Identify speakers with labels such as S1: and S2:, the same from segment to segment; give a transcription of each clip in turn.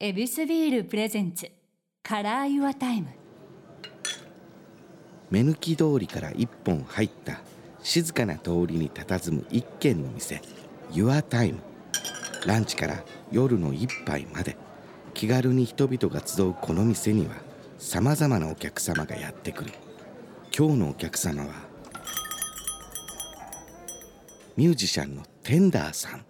S1: エビスビールプレゼンツカラーユアタイム
S2: 目抜き通りから一本入った静かな通りに佇む一軒の店 YourTime ランチから夜の一杯まで気軽に人々が集うこの店にはさまざまなお客様がやってくる今日のお客様はミュージシャンのテンダーさん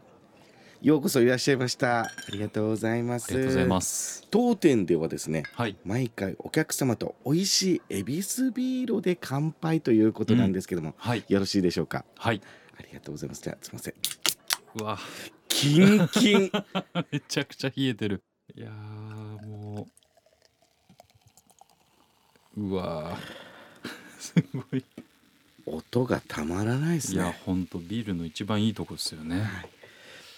S2: ようこそいらっしゃいましたありがとうございます
S3: ありがとうございます。
S2: 当店ではですね
S3: はい。
S2: 毎回お客様と美味しいエビスビールで乾杯ということなんですけども、
S3: はい。
S2: よろしいでしょうか
S3: はい。
S2: ありがとうございますじゃあすいません
S3: うわ、
S2: キンキン
S3: めちゃくちゃ冷えてる。いやー、もう。うわー。 すごい。
S2: 音がたまらないです
S3: いや、
S2: ね
S3: ほんとビールの一番いいとこですよね。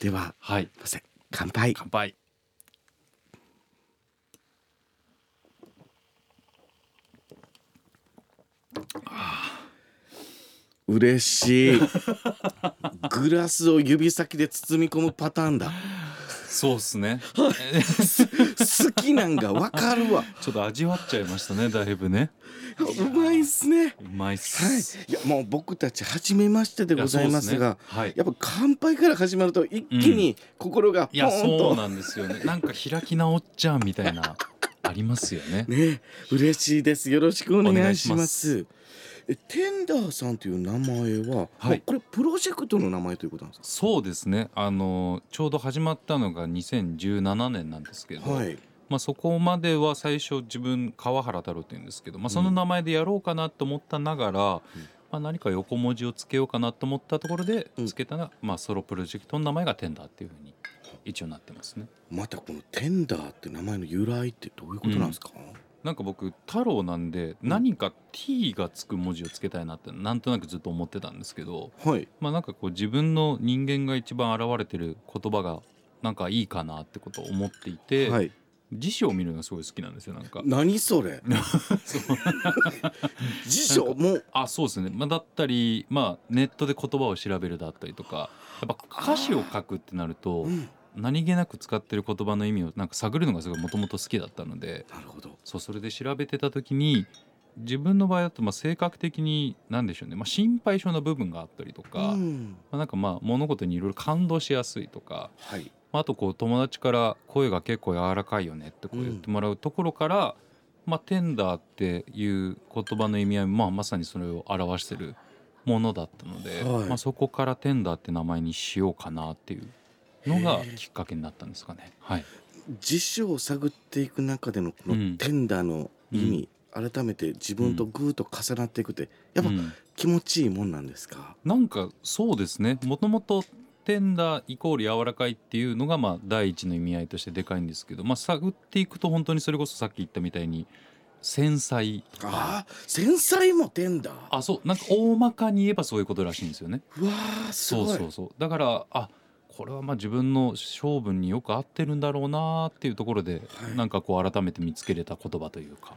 S2: では
S3: はい。
S2: すいません乾杯
S3: 乾杯。
S2: 嬉 しいグラスを指先で包み込むパターンだ
S3: そうっすね。
S2: 好きなんがわかるわ
S3: ちょっと味わっちゃいましたね、だいぶね。
S2: うまいっすね
S3: うまいっ
S2: はい
S3: す。
S2: いやもう僕たち初めましてで
S3: いや
S2: ございますが、
S3: そうっすね
S2: やっぱ乾杯から始まると一気に心が
S3: はい。い
S2: ポ
S3: や、
S2: ーンと、
S3: そうなんですよね。なんか開き直っちゃうみたいな。ありますよね。
S2: ね、嬉しいです。よろしくお願いし
S3: お願
S2: ま
S3: い
S2: す。え、テンダーさんという名前は、
S3: は
S2: も
S3: い
S2: うこれプロジェクトの名前ということなんです
S3: そうですねあのちょうど始まったのが2017年なんですけ
S2: か。
S3: ど、
S2: はい。
S3: まあ、そこまでは最初自分川原太郎って言うんですけど、まあ、その名前でやろうかなと思ったながら、まあ、何か横文字をつけようかなと思ったところで
S2: うん
S3: つけたら、まあ、ソロプロジェクトの名前がテンダーっていうふうに一応なってますね。
S2: またこのテンダーって名前の由来ってどういうことなんですか。
S3: なんか僕太郎なんで何か T がつく文字をつけたいなってなんとなくずっと思ってたんですけど、
S2: はい。
S3: まあ、なんかこう自分の人間が一番現れてる言葉がなんかいいかなってことを思っていて、
S2: はい。
S3: 辞書を見るのがすごい好きなんですよなんか。
S2: 何そ れ。
S3: そう
S2: 辞書も。
S3: あそうですね、まあ、だったり、まあ、ネットで言葉を調べるだったりとかやっぱ歌詞を書くってなると
S2: うん。
S3: 何気なく使ってる言葉の意味をなんか探るのがすごいもともと好きだったので
S2: なるほど。
S3: そうそれで調べてた時に自分の場合だとまあ性格的に何でしょうね、まあ、心配性な部分があったりとか,、
S2: う
S3: ま
S2: ん。
S3: あ、なんかまあ物事にいろいろ感動しやすいとか、
S2: はい。
S3: まあ、あとこう友達から声が結構柔らかいよねってこう言ってもらうところから、まあ、テンダーっていう言葉の意味合い、まあ、まさにそれを表してるものだったので、
S2: はい
S3: まあ、そこからテンダーって名前にしようかなっていうのがきっかけになったんですかね。はい、
S2: 辞書を探っていく中でのこ
S3: う
S2: の
S3: ん
S2: テンダーの意味。改めて自分とグーと重なっていくってやっぱ
S3: うん
S2: 気持ちいいもんなんですか、
S3: なんかそうですねもともとテンダーイコール柔らかいっていうのがまあ第一の意味合いとしてでかいんですけど、まあ、探っていくと本当にそれこそさっき言ったみたいに繊細
S2: ああ繊細もテンダー
S3: あそうなんか大まかに言えばそういうことらしいんですよね。
S2: うわあす
S3: そう
S2: ごい
S3: そうそうだからあこれはまあ自分の勝負によく合ってるんだろうなっていうところで、
S2: はい
S3: なんかこう改めて見つけれた言葉というか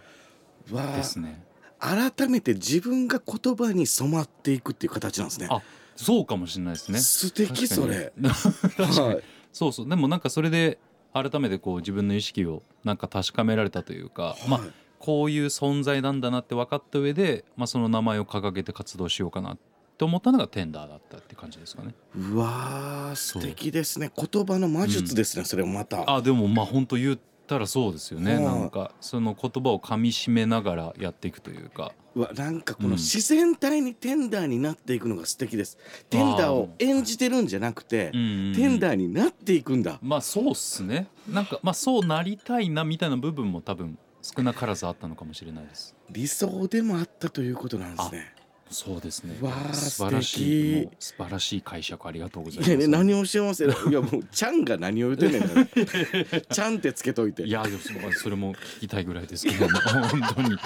S2: わあ
S3: ですね
S2: 改めて自分が言葉に染まっていくっていう形なんですね
S3: あそうかもしれないですね。
S2: 素敵それ
S3: 確かに確かに
S2: はい
S3: そうそうでもなんかそれで改めてこう自分の意識をなんか確かめられたというか、まあ
S2: はい
S3: こういう存在なんだなって分かった上で、まあ、その名前を掲げて活動しようかなって思ったのがテンダーだったって感じですかね。
S2: うわあ素敵ですね言葉の魔術ですね、それもまた
S3: あでもまあ本当言ったらそうですよね、
S2: はい
S3: なんかその言葉をかみしめながらやっていくというか
S2: うわなんかこ
S3: うん
S2: の自然体にテンダーになっていくのが素敵です、テンダーを演じてるんじゃなくて、テン
S3: ー
S2: ダーになっていくんだ、
S3: まあそうっすねなんかまあそうなりたいなみたいな部分も多分少なからずあったのかもしれないです
S2: 理想でもあったということなんですね
S3: そうですね
S2: わあ
S3: 素晴らし
S2: 素
S3: い
S2: 敵
S3: もう素晴らしい解釈ありがとうございま
S2: い
S3: す
S2: やね何をおっしゃいますよいやもうちゃんが何を言ってんねん ちゃんってつけといて
S3: いやいやそうそれも聞きたいぐらいですけ ども本当に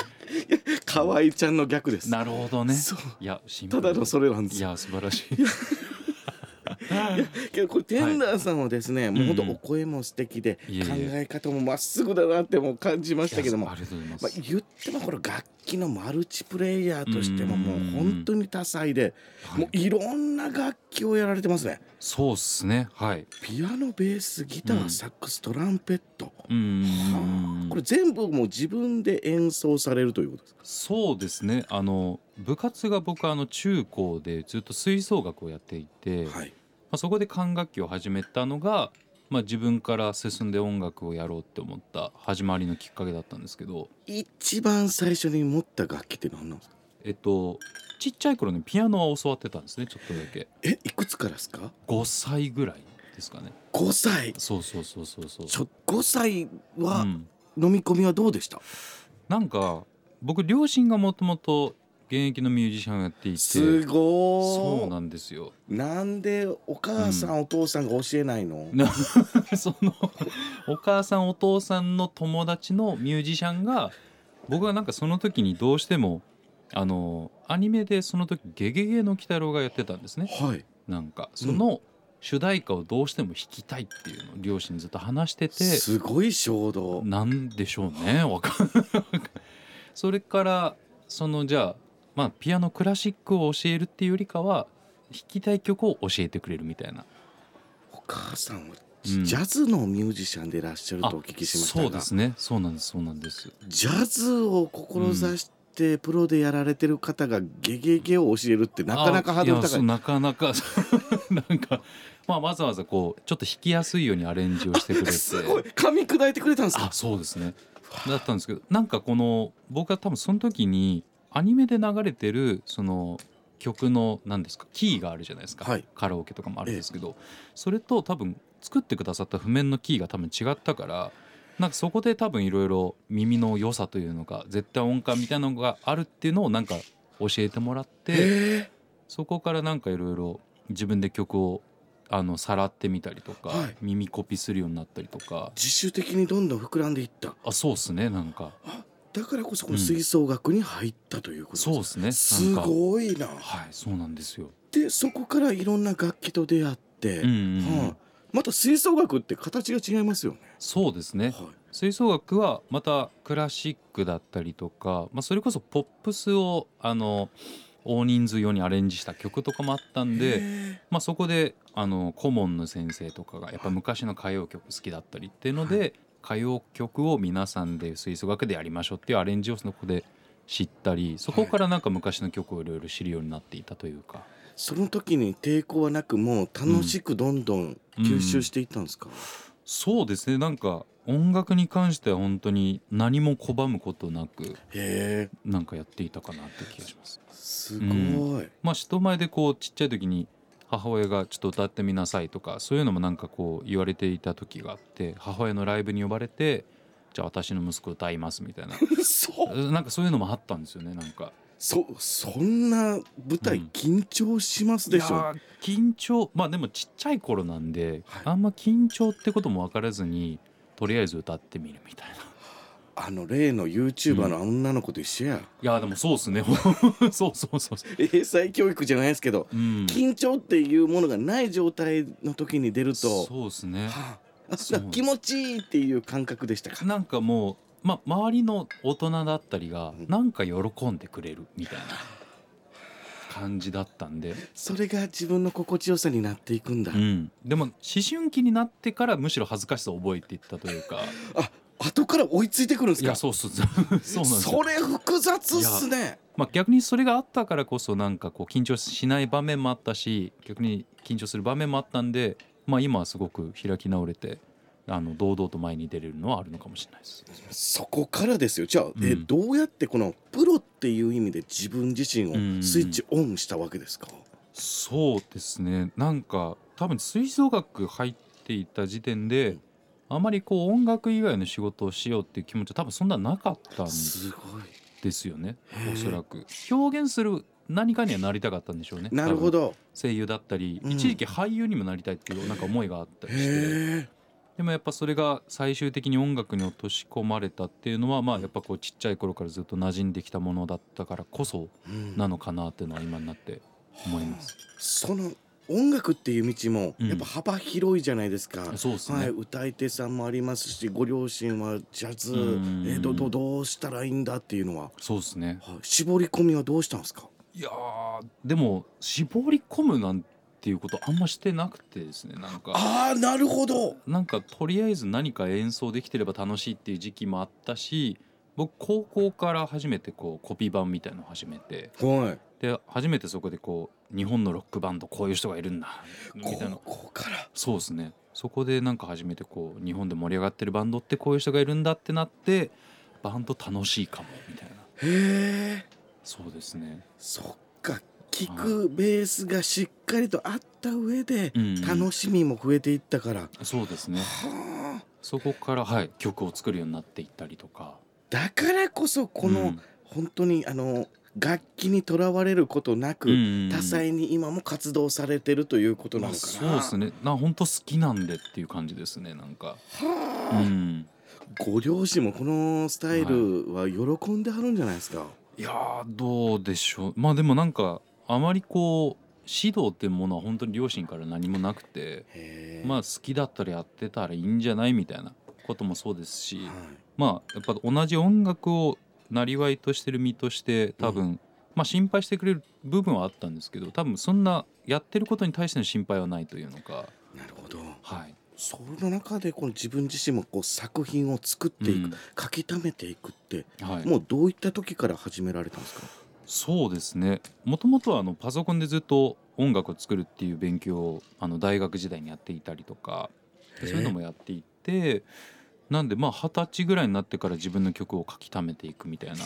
S2: 河合ちゃんの逆です
S3: なるほどね
S2: そう
S3: いやシンプ
S2: た
S3: ル
S2: だのそれなんで
S3: い
S2: すよ
S3: や素晴らしい
S2: けどこれテンダーさんはですね、もう本当お声も素敵で、
S3: いえいえ
S2: 考え方もまっすぐだなってもう感じましたけども
S3: ありがとうございます、
S2: まあ、言ってもこれ楽器のマルチプレイヤーとしても
S3: うん
S2: もう本当に多彩で
S3: はい
S2: もういろんな楽器をやられてますね
S3: そうっすねはい
S2: ピアノベースギタ
S3: う
S2: ー
S3: ん
S2: サックストランペット、
S3: うん
S2: はあこれ全部もう自分で演奏されるということですか
S3: そうですねあの部活が僕あの中高でずっと吹奏楽をやっていて、ま
S2: はい
S3: あ、そこで管楽器を始めたのが、まあ、自分から進んで音楽をやろうって思った始まりのきっかけだったんですけど
S2: 一番最初に持った楽器って何なんですか
S3: えっとちっちゃい頃にピアノは教わってたんですねちょっとだけ
S2: えいくつからですか
S3: 5歳ぐらいですかね
S2: 5歳
S3: そうそうそうそうそう
S2: ちょ5歳
S3: う
S2: は
S3: ん
S2: 飲み込みはどうでした、
S3: なんか僕両親がもともと現役のミュージシャンをやっていて
S2: す
S3: そう
S2: ご
S3: ないんですよ
S2: なんでお母さん、お父さんが教えないの
S3: な そのお母さんお父さんの友達のミュージシャンが僕はなんかその時にどうしてもあのアニメでその時「ゲゲゲの鬼太郎」がやってたんですね
S2: はい
S3: なんかその主題歌をどうしても弾きたいっていうのを両親にずっと話してて
S2: すごい衝動
S3: なんでしょうねわかんないそれからそのじゃあまあピアノクラシックを教えるっていうよりかは弾きたい曲を教えてくれるみたいな
S2: お母さんは
S3: う
S2: ジ
S3: ん
S2: ャズのミュージシャンでいらっしゃると
S3: あ
S2: お聞きしました
S3: そう
S2: が、
S3: ですねそうなんですそうなんです
S2: ジャズを志してプロでやられてる方がゲゲゲを教えるってなかなかハードル
S3: あい
S2: 高
S3: やそ
S2: いう
S3: なかなか なんか、まあ、わざわざこうちょっと弾きやすいようにアレンジをしてくれて
S2: すごい噛み砕いてくれたんです
S3: あ
S2: か
S3: そうですねだったんですけどなんかこの僕は多分その時にアニメで流れてるその曲の何ですかキーがあるじゃないですか、
S2: はい
S3: カラオケとかもあるんですけど、それと多分作ってくださった譜面のキーが多分違ったからなんかそこで多分いろいろ耳の良さというのか絶対音感みたいなのがあるっていうのをなんか教えてもらって。
S2: え
S3: そこからなんかいろいろ自分で曲をあのさらってみたりとか、
S2: はい
S3: 耳コピするようになったりとか
S2: 自主的にどんどん膨らんでいった
S3: あそうっすねなんか
S2: だからこそこの吹奏楽に入ったということです
S3: そうっすねなんか
S2: すごいな
S3: はいそうなんですよ、
S2: でそこからいろんな楽器と出会って、
S3: うんうんうん
S2: はいまた吹奏楽って形が違いますよね、
S3: そうですね
S2: はい
S3: 吹奏楽はまたクラシックだったりとか、まあ、それこそポップスをあの大人数用にアレンジした曲とかもあったんで、
S2: へ
S3: まあ、そこであの顧問の先生とかがやっぱ昔の歌謡曲好きだったりっていうので、歌謡曲を皆さんで吹奏楽でやりましょうっていうアレンジをそこで知ったりそこからなんか昔の曲をいろいろ知るようになっていたというか
S2: ーその時に抵抗はなくもう楽しくどんどん吸収していったんですか、
S3: そうですねなんか音楽に関しては本当に何も拒むことなく
S2: へえ
S3: なんかやっていたかなって気がします。
S2: すごい、
S3: まあ、人前でこうちっちゃい時に母親がちょっと歌ってみなさいとかそういうのもなんかこう言われていた時があって母親のライブに呼ばれてじゃあ私の息子歌いますみたいな
S2: そ
S3: なんか そういうのもあったんですよねなんか
S2: そそんな舞台
S3: うん
S2: 緊張しますでし
S3: い
S2: ょ、
S3: やー緊張まあでもちっちゃい頃なんで、
S2: はい
S3: あんま緊張ってことも分からずにとりあえず歌ってみるみたいな
S2: あの例の YouTuber の女の子と一緒や、
S3: いやーでもそうっすね そうそうそうそう
S2: 英才教育じゃないですけど、
S3: うん
S2: 緊張っていうものがない状態の時に出ると
S3: そうっすね
S2: はあ、あ
S3: そう
S2: だから 気持ちいいっていう感覚でしたか
S3: なんかもう、ま、周りの大人だったりが
S2: うん
S3: なんか喜んでくれる みたいな感じだったんで、
S2: それが自分の心地よさになっていくんだ、
S3: うん、でも思春期になってからむしろ恥ずかしさを覚えていったと いうか
S2: あ後から追いついてくるんです
S3: い
S2: か
S3: やそうそうそうなんですよ
S2: それ複雑っすね
S3: まあ、逆にそれがあったからこそなんかこう緊張しない場面もあったし逆に緊張する場面もあったんで、まあ、今はすごく開き直れてあの堂々と前に出れるのはあるのかもしれないです。
S2: そこからですよじゃあ、
S3: うん
S2: えどうやってこのプロっていう意味で自分自身
S3: うん
S2: をスイッチオンしたわけですか、
S3: そうですねなんか多分吹奏楽入っていた時点で、
S2: うん
S3: あまりこう音楽以外の仕事をしようっていう気持ちは多分そんななかったん
S2: すごい
S3: ですよね
S2: へえ
S3: おそらく表現する何かにはなりたかったんでしょうね
S2: なるほ
S3: 多分
S2: ど
S3: 声優だったり、
S2: うん
S3: 一時期俳優にもなりたいっていうなんか思いがあったりして
S2: へえ
S3: でもやっぱそれが最終的に音楽に落とし込まれたっていうのはまあやっぱこうちっちゃい頃からずっと馴染んできたものだったからこそ
S2: うん
S3: なのかなっていうのは今になって思います。
S2: その音楽っていう道も
S3: うん
S2: やっぱ幅広いじゃないですか、
S3: そうですね
S2: はい、歌い手さんもありますしご両親はジャズ
S3: うん
S2: えどどどうしたらいいんだっていうのは、
S3: そうですね
S2: はい、絞り込みはどうしたんですか
S3: いやーでも絞り込むなんていうことあんましてなくてですねなんか
S2: ああなるほど
S3: なんかとりあえず何か演奏できてれば楽しいっていう時期もあったし僕高校から初めてこうコピー版みたいのを始めて
S2: は
S3: で初めてそこでこう日本のロックバンドこういう人がいるんだ
S2: い
S3: みたいな
S2: ここから
S3: そうですねそこでなんか初めてこう日本で盛り上がってるバンドってこういう人がいるんだってなってバンド楽しいかもみたいな
S2: へえ
S3: そうですね
S2: そっか聞くベースがしっかりとあった上で
S3: うんうん
S2: 楽しみも増えていったから、
S3: そうですね
S2: はあ
S3: そこからはい曲を作るようになっていったりとか
S2: だからこそこ
S3: う
S2: の
S3: ん
S2: 本当にあの楽器にとらわれることな
S3: う
S2: く
S3: ん
S2: 多彩に今も活動されてるということな
S3: ま
S2: の
S3: あ
S2: かな
S3: そうですねな本当好きなんでっていう感じですねなんか
S2: は
S3: う
S2: あ
S3: ん
S2: ご両親もこのスタイルは喜んではるんじゃないですか、
S3: いやーどうでしょうまあでもなんかあまりこう指導ってものは本当に両親から何もなくて
S2: へえ
S3: まあ好きだったらやってたらいいんじゃないみたいなこともそうですし
S2: はい
S3: まあやっぱ同じ音楽をなりわいとしてる身として多分、まあ心配してくれる部分はあったんですけど多分そんなやってることに対しての心配はないというのか
S2: なるほど
S3: はい
S2: その中でこの自分自身もこう作品を作っていく、書き溜めていくって
S3: うんはい、
S2: もうどういった時から始められたんですか
S3: そうですねもともとはあのパソコンでずっと音楽を作るっていう勉強をあの大学時代にやっていたりとか
S2: へえ
S3: そういうのもやっていてなんでまあ二十歳ぐらいになってから自分の曲を書き溜めていくみたいな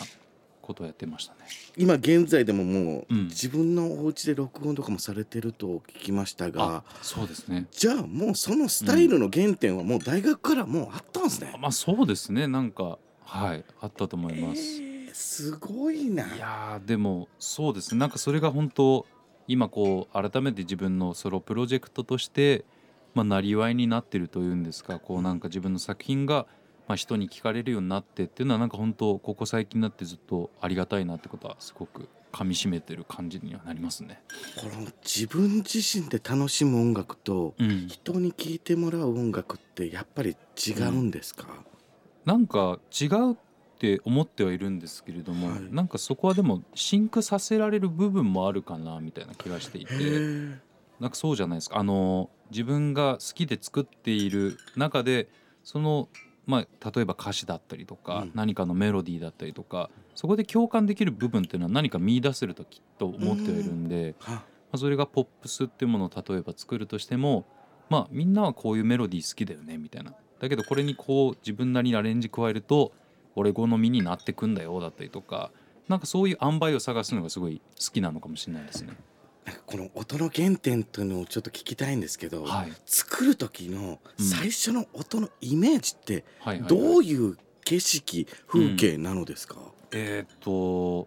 S3: ことをやってましたね。
S2: 今現在でももう
S3: うん
S2: 自分のお家で録音とかもされてると聞きましたが
S3: あそうですね
S2: じゃあもうそのスタイルの原点はもう大学からもうあったんですね、
S3: まあそうですねなんかはいあったと思います。
S2: えーすごいない
S3: やーでもそうですねなんかそれが本当今こう改めて自分のソロプロジェクトとしてまあなりわいになってるというんですかこうなんか自分の作品がまあ人に聞かれるようになってっていうのはなんか本当ここ最近になってずっとありがたいなってことはすごく噛み締めてる感じにはなりますね。
S2: この自分自身で楽しむ音楽と
S3: うん、
S2: 人に聴いてもらう音楽ってやっぱり違うんですか、
S3: なんか違うって思ってはいるんですけれども、
S2: はい
S3: なんかそこはでもシンクさせられる部分もあるかなみたいな気がしていて。
S2: へえ
S3: なんかそうじゃないですかあの自分が好きで作っている中でその、まあ、例えば歌詞だったりとか、
S2: うん
S3: 何かのメロディーだったりとかそこで共感できる部分っていうのは何か見出せるときっと思ってはいるんで、
S2: は
S3: まあ、それがポップスっていうものを例えば作るとしても、まあ、みんなはこういうメロディー好きだよねみたいなだけどこれにこう自分なりにアレンジ加えると俺好みになってくんだよだったりとかなんかそういう塩梅を探すのがすごい好きなのかもしれないですね。
S2: なんかこの音の原点というのをちょっと聞きたいんですけど、
S3: はい、
S2: 作る時の最初の音のイメージって
S3: はいはいはい
S2: どういう景色風景なのですか、
S3: えーっと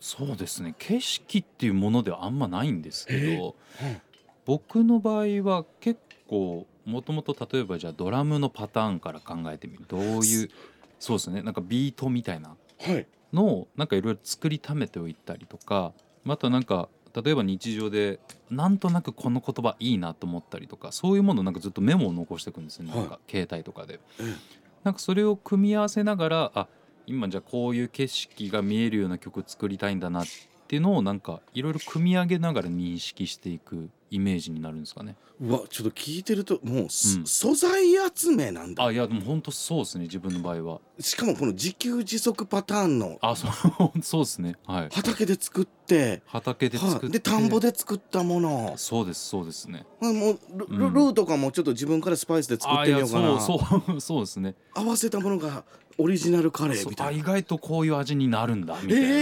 S3: そうですね景色っていうものではあんまないんですけど
S2: うん
S3: 僕の場合は結構もともと例えばじゃあドラムのパターンから考えてみるどういうそうですねなんかビートみたいな
S2: はい
S3: のをなんかいろいろ作りためておいたりとかあとはなんか例えば日常でなんとなくこの言葉いいなと思ったりとかそういうものをなんかずっとメモを残していくんですよね、
S2: はい
S3: なんか携帯とかで
S2: うん。
S3: なんかそれを組み合わせながらあ今じゃあこういう景色が見えるような曲作りたいんだなっていうのをなんかいろいろ組み上げながら認識していくイメージになるんですかね。
S2: うわちょっと聞いてるともうす、
S3: うん
S2: 素材集めなんだ
S3: あいやでも本当そうですね自分の場合は。
S2: しかもこの自給自足パターンの
S3: あそうそうですねはい。
S2: 畑で作って
S3: 畑で
S2: はい
S3: 作って、
S2: で田んぼで作ったもの
S3: そうですそうですね。
S2: まあもうル,ル、
S3: うん
S2: ルーとかもちょっと自分からスパイスで作っ
S3: あ
S2: て
S3: い
S2: みよ
S3: や
S2: うか
S3: そ
S2: な
S3: うそう そうですね。
S2: 合わせたものがオリジナルカレー
S3: そう
S2: み
S3: あ
S2: たい
S3: 意
S2: な
S3: 外とこういう味になるんだみたいな。
S2: え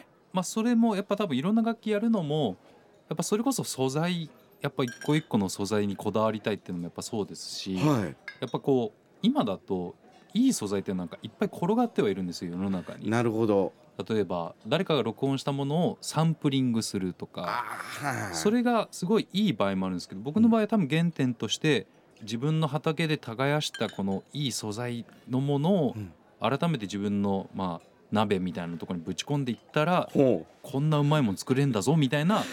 S2: え
S3: まあ、それもやっぱ多分いろんな楽器やるのもやっぱそれこそ素材やっぱ一個一個の素材にこだわりたいっていうのもやっぱそうですし、
S2: は
S3: やっぱこう今だといい素材ってなんかいっぱい転がってはいるんですよ世の中
S2: い
S3: に。
S2: なるほど
S3: 例えば誰かが録音したものをサンプリングするとか
S2: あーはい
S3: それがすごいいい場合もあるんですけど僕の場合は多分原点として自分の畑で耕したこのいい素材のものを
S2: うん
S3: 改めて自分のまあ鍋みたいなところにぶち込んでいったら
S2: ほう
S3: こんなうまいもん作れんだぞみたいな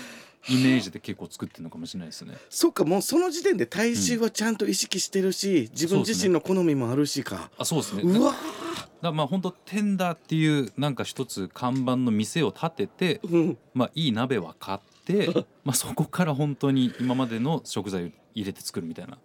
S3: イメージで結構作ってるのかもしれないですね。
S2: そっかもうその時点で体臭はちゃんと意識してるし、自分自身の好みもあるしか
S3: あそうですね
S2: う,、
S3: だだか
S2: わ
S3: らまあ本当テンダーっていうなんか一つ看板の店を立てて、
S2: ーうん
S3: まあ、いい鍋は買って まあそこから本当に今までの食材を入れて作るみたいな。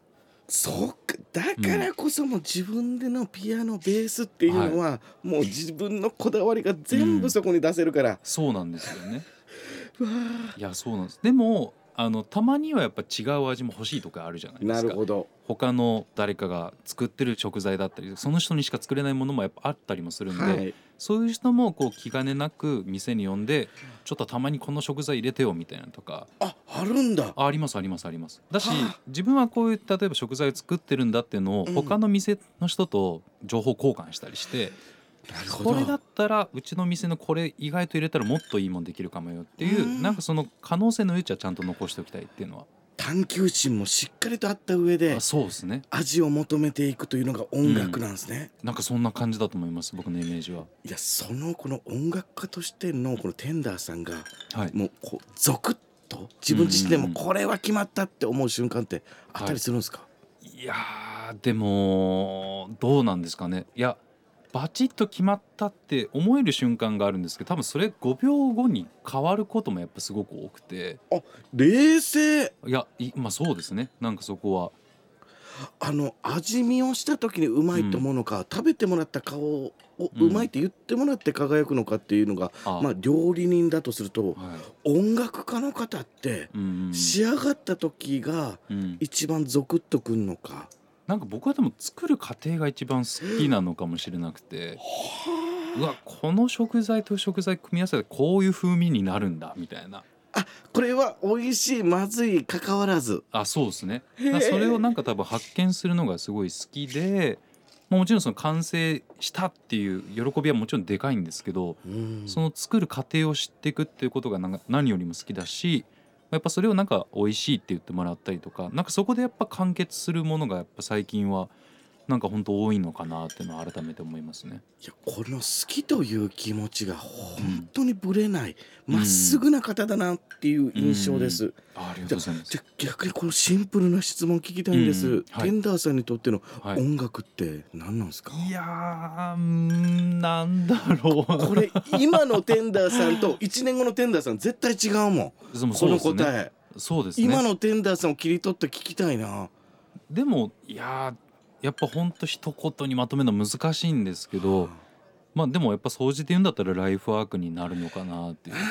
S2: そっかだからこそもう自分でのピアノベースっていうのは、もう自分のこだわりが全部そこに出せるから、
S3: そうなんですよね。
S2: うわ
S3: いやそうなんです。でもあのたまにはやっぱ違う味も欲しいとかあるじゃない
S2: ー
S3: で
S2: な
S3: す
S2: る
S3: か。
S2: ほど
S3: 他の誰かが作ってる食材だったりその人にしか作れないものもやっぱあったりもするんで、
S2: はい
S3: そういう人もこう気兼ねなく店に呼んでちょっとたまにこの食材入れてよみたいなのとか
S2: ああるんだ
S3: あありますありますありますだし
S2: はあ
S3: 自分はこういう例えば食材を作ってるんだっていうのを
S2: うん
S3: 他の店の人と情報交換したりして、
S2: なる
S3: これだったらうちの店のこれ意外と入れたらもっといいもんできるかもよっていう、
S2: うん
S3: なんかその可能性の余地はちゃんと残しておきたいっていうのは、
S2: 探求心もしっかりとあった上で
S3: あそうですね
S2: 味を求めていくというのが音楽なんですね、
S3: なんかそんな感じだと思います僕のイメージは。
S2: いやそのこの音楽家としてのこのテンダーさんが
S3: はい、
S2: もうこうゾクッと自分自身で
S3: うん
S2: も
S3: うんう
S2: これは決まったって思う瞬間ってあったりするんですか、
S3: いやーでもどうなんですかねいやバチッと決まったって思える瞬間があるんですけど多分それ5秒後に変わることもやっぱすごく多くて
S2: 冷静
S3: いやいまあそうですねなんかそこは
S2: あの味見をした時にうまいと思うのか、食べてもらった顔を
S3: うん
S2: うまいって言ってもらって輝くのかっていうのが、
S3: あ、
S2: まあ料理人だとすると
S3: はい
S2: 音楽家の方って
S3: うんうんうん
S2: 仕上がった時が
S3: うん、
S2: 一番ゾクッとくんのか。
S3: なんか僕はでも作る過程が一番好きなのかもしれなくてうわこの食材と食材組み合わせてこういう風味になるんだみたいな
S2: これは美味しいまずいかかわらず
S3: あそうですね
S2: へえ
S3: それをなんか多分発見するのがすごい好きでまあもちろんその完成したっていう喜びはもちろんでかいんですけど
S2: うん
S3: その作る過程を知っていくっていうことがなんか何よりも好きだしやっぱそれをなんか美味しいって言ってもらったりとかなんかそこでやっぱ完結するものがやっぱ最近はなんか本当多いのかなっていうのは改めて思いますね。
S2: いやこの好きという気持ちが本当にぶれない
S3: うん
S2: ま、っすぐな方だなっていう印象です、
S3: あありがとうございます。
S2: じゃ逆にこのシンプルな質問聞きたいんです、
S3: うんは
S2: テ
S3: い
S2: ンダーさんにとっての
S3: はい、
S2: 音楽って何なんですか、
S3: いやーうーんなんだろう
S2: これ今のテンダーさんと1年後のテンダーさん絶対違うもん
S3: でも
S2: こ
S3: そう
S2: の
S3: ですね
S2: 答え、
S3: そうですね
S2: 今のテンダーさんを切り取って聞きたいな
S3: でもいやーやっぱほんと一言にまとめるの難しいんですけどまあでもやっぱ掃除で言うんだったらライフワークになるのかなっていうか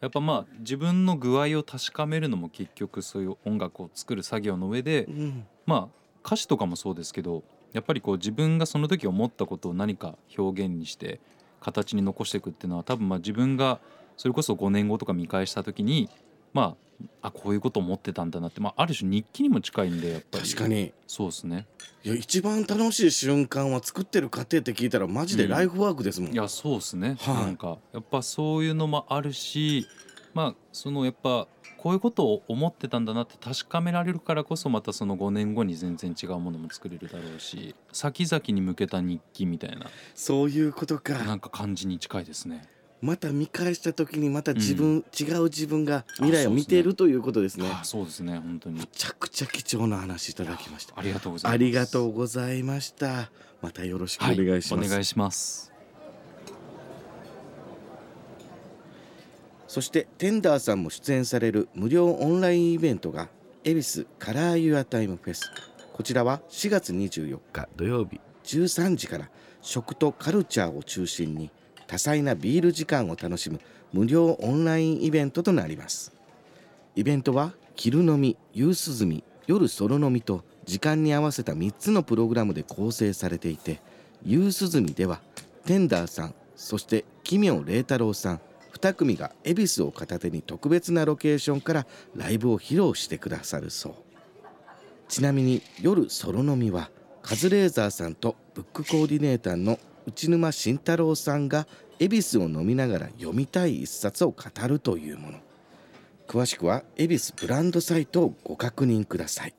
S3: やっぱまあ自分の具合を確かめるのも結局そういう音楽を作る作業の上で
S2: うん
S3: まあ歌詞とかもそうですけどやっぱりこう自分がその時思ったことを何か表現にして形に残していくっていうのは多分まあ自分がそれこそ5年後とか見返した時にまああこういうこと思ってたんだなって、まあ、ある種日記にも近いんでやっぱり
S2: 確かに
S3: そうですね
S2: いや一番楽しい瞬間は作ってる過程って聞いたらマジでライフワークですもん、
S3: いやそうですね、
S2: はい
S3: なんかやっぱそういうのもあるしまあそのやっぱこういうことを思ってたんだなって確かめられるからこそまたその5年後に全然違うものも作れるだろうし先々に向けた日記みたいな
S2: そういうことか
S3: なんか感じに近いですね。
S2: また見返した時にまた自分、違う自分が未来を見てい
S3: あそうですね
S2: るということですね
S3: ああそうですね本当に
S2: めちゃくちゃ貴重な話いただきました
S3: ありがとうございます。
S2: ありがと
S3: う
S2: うございましたまたよろしくお
S3: は
S2: 願
S3: い
S2: いします、
S3: お願いします。
S2: そしてテンダーさんも出演される無料オンラインイベントが恵比寿カラーユアタイムフェスこちらは4月24日土曜日13時から食とカルチャーを中心に多彩なビール時間を楽しむ無料オンラインイベントとなりますイベントは昼飲み夕涼み夜ソロ飲みと時間に合わせた3つのプログラムで構成されていて夕涼みではテンダーさんそして奇妙麗太郎さん2組が恵比寿を片手に特別なロケーションからライブを披露してくださるそうちなみに夜ソロ飲みはカズレーザーさんとブックコーディネーターの内沼慎太郎さんが恵比寿を飲みながら読みたい一冊を語るというもの詳しくは恵比寿ブランドサイトをご確認ください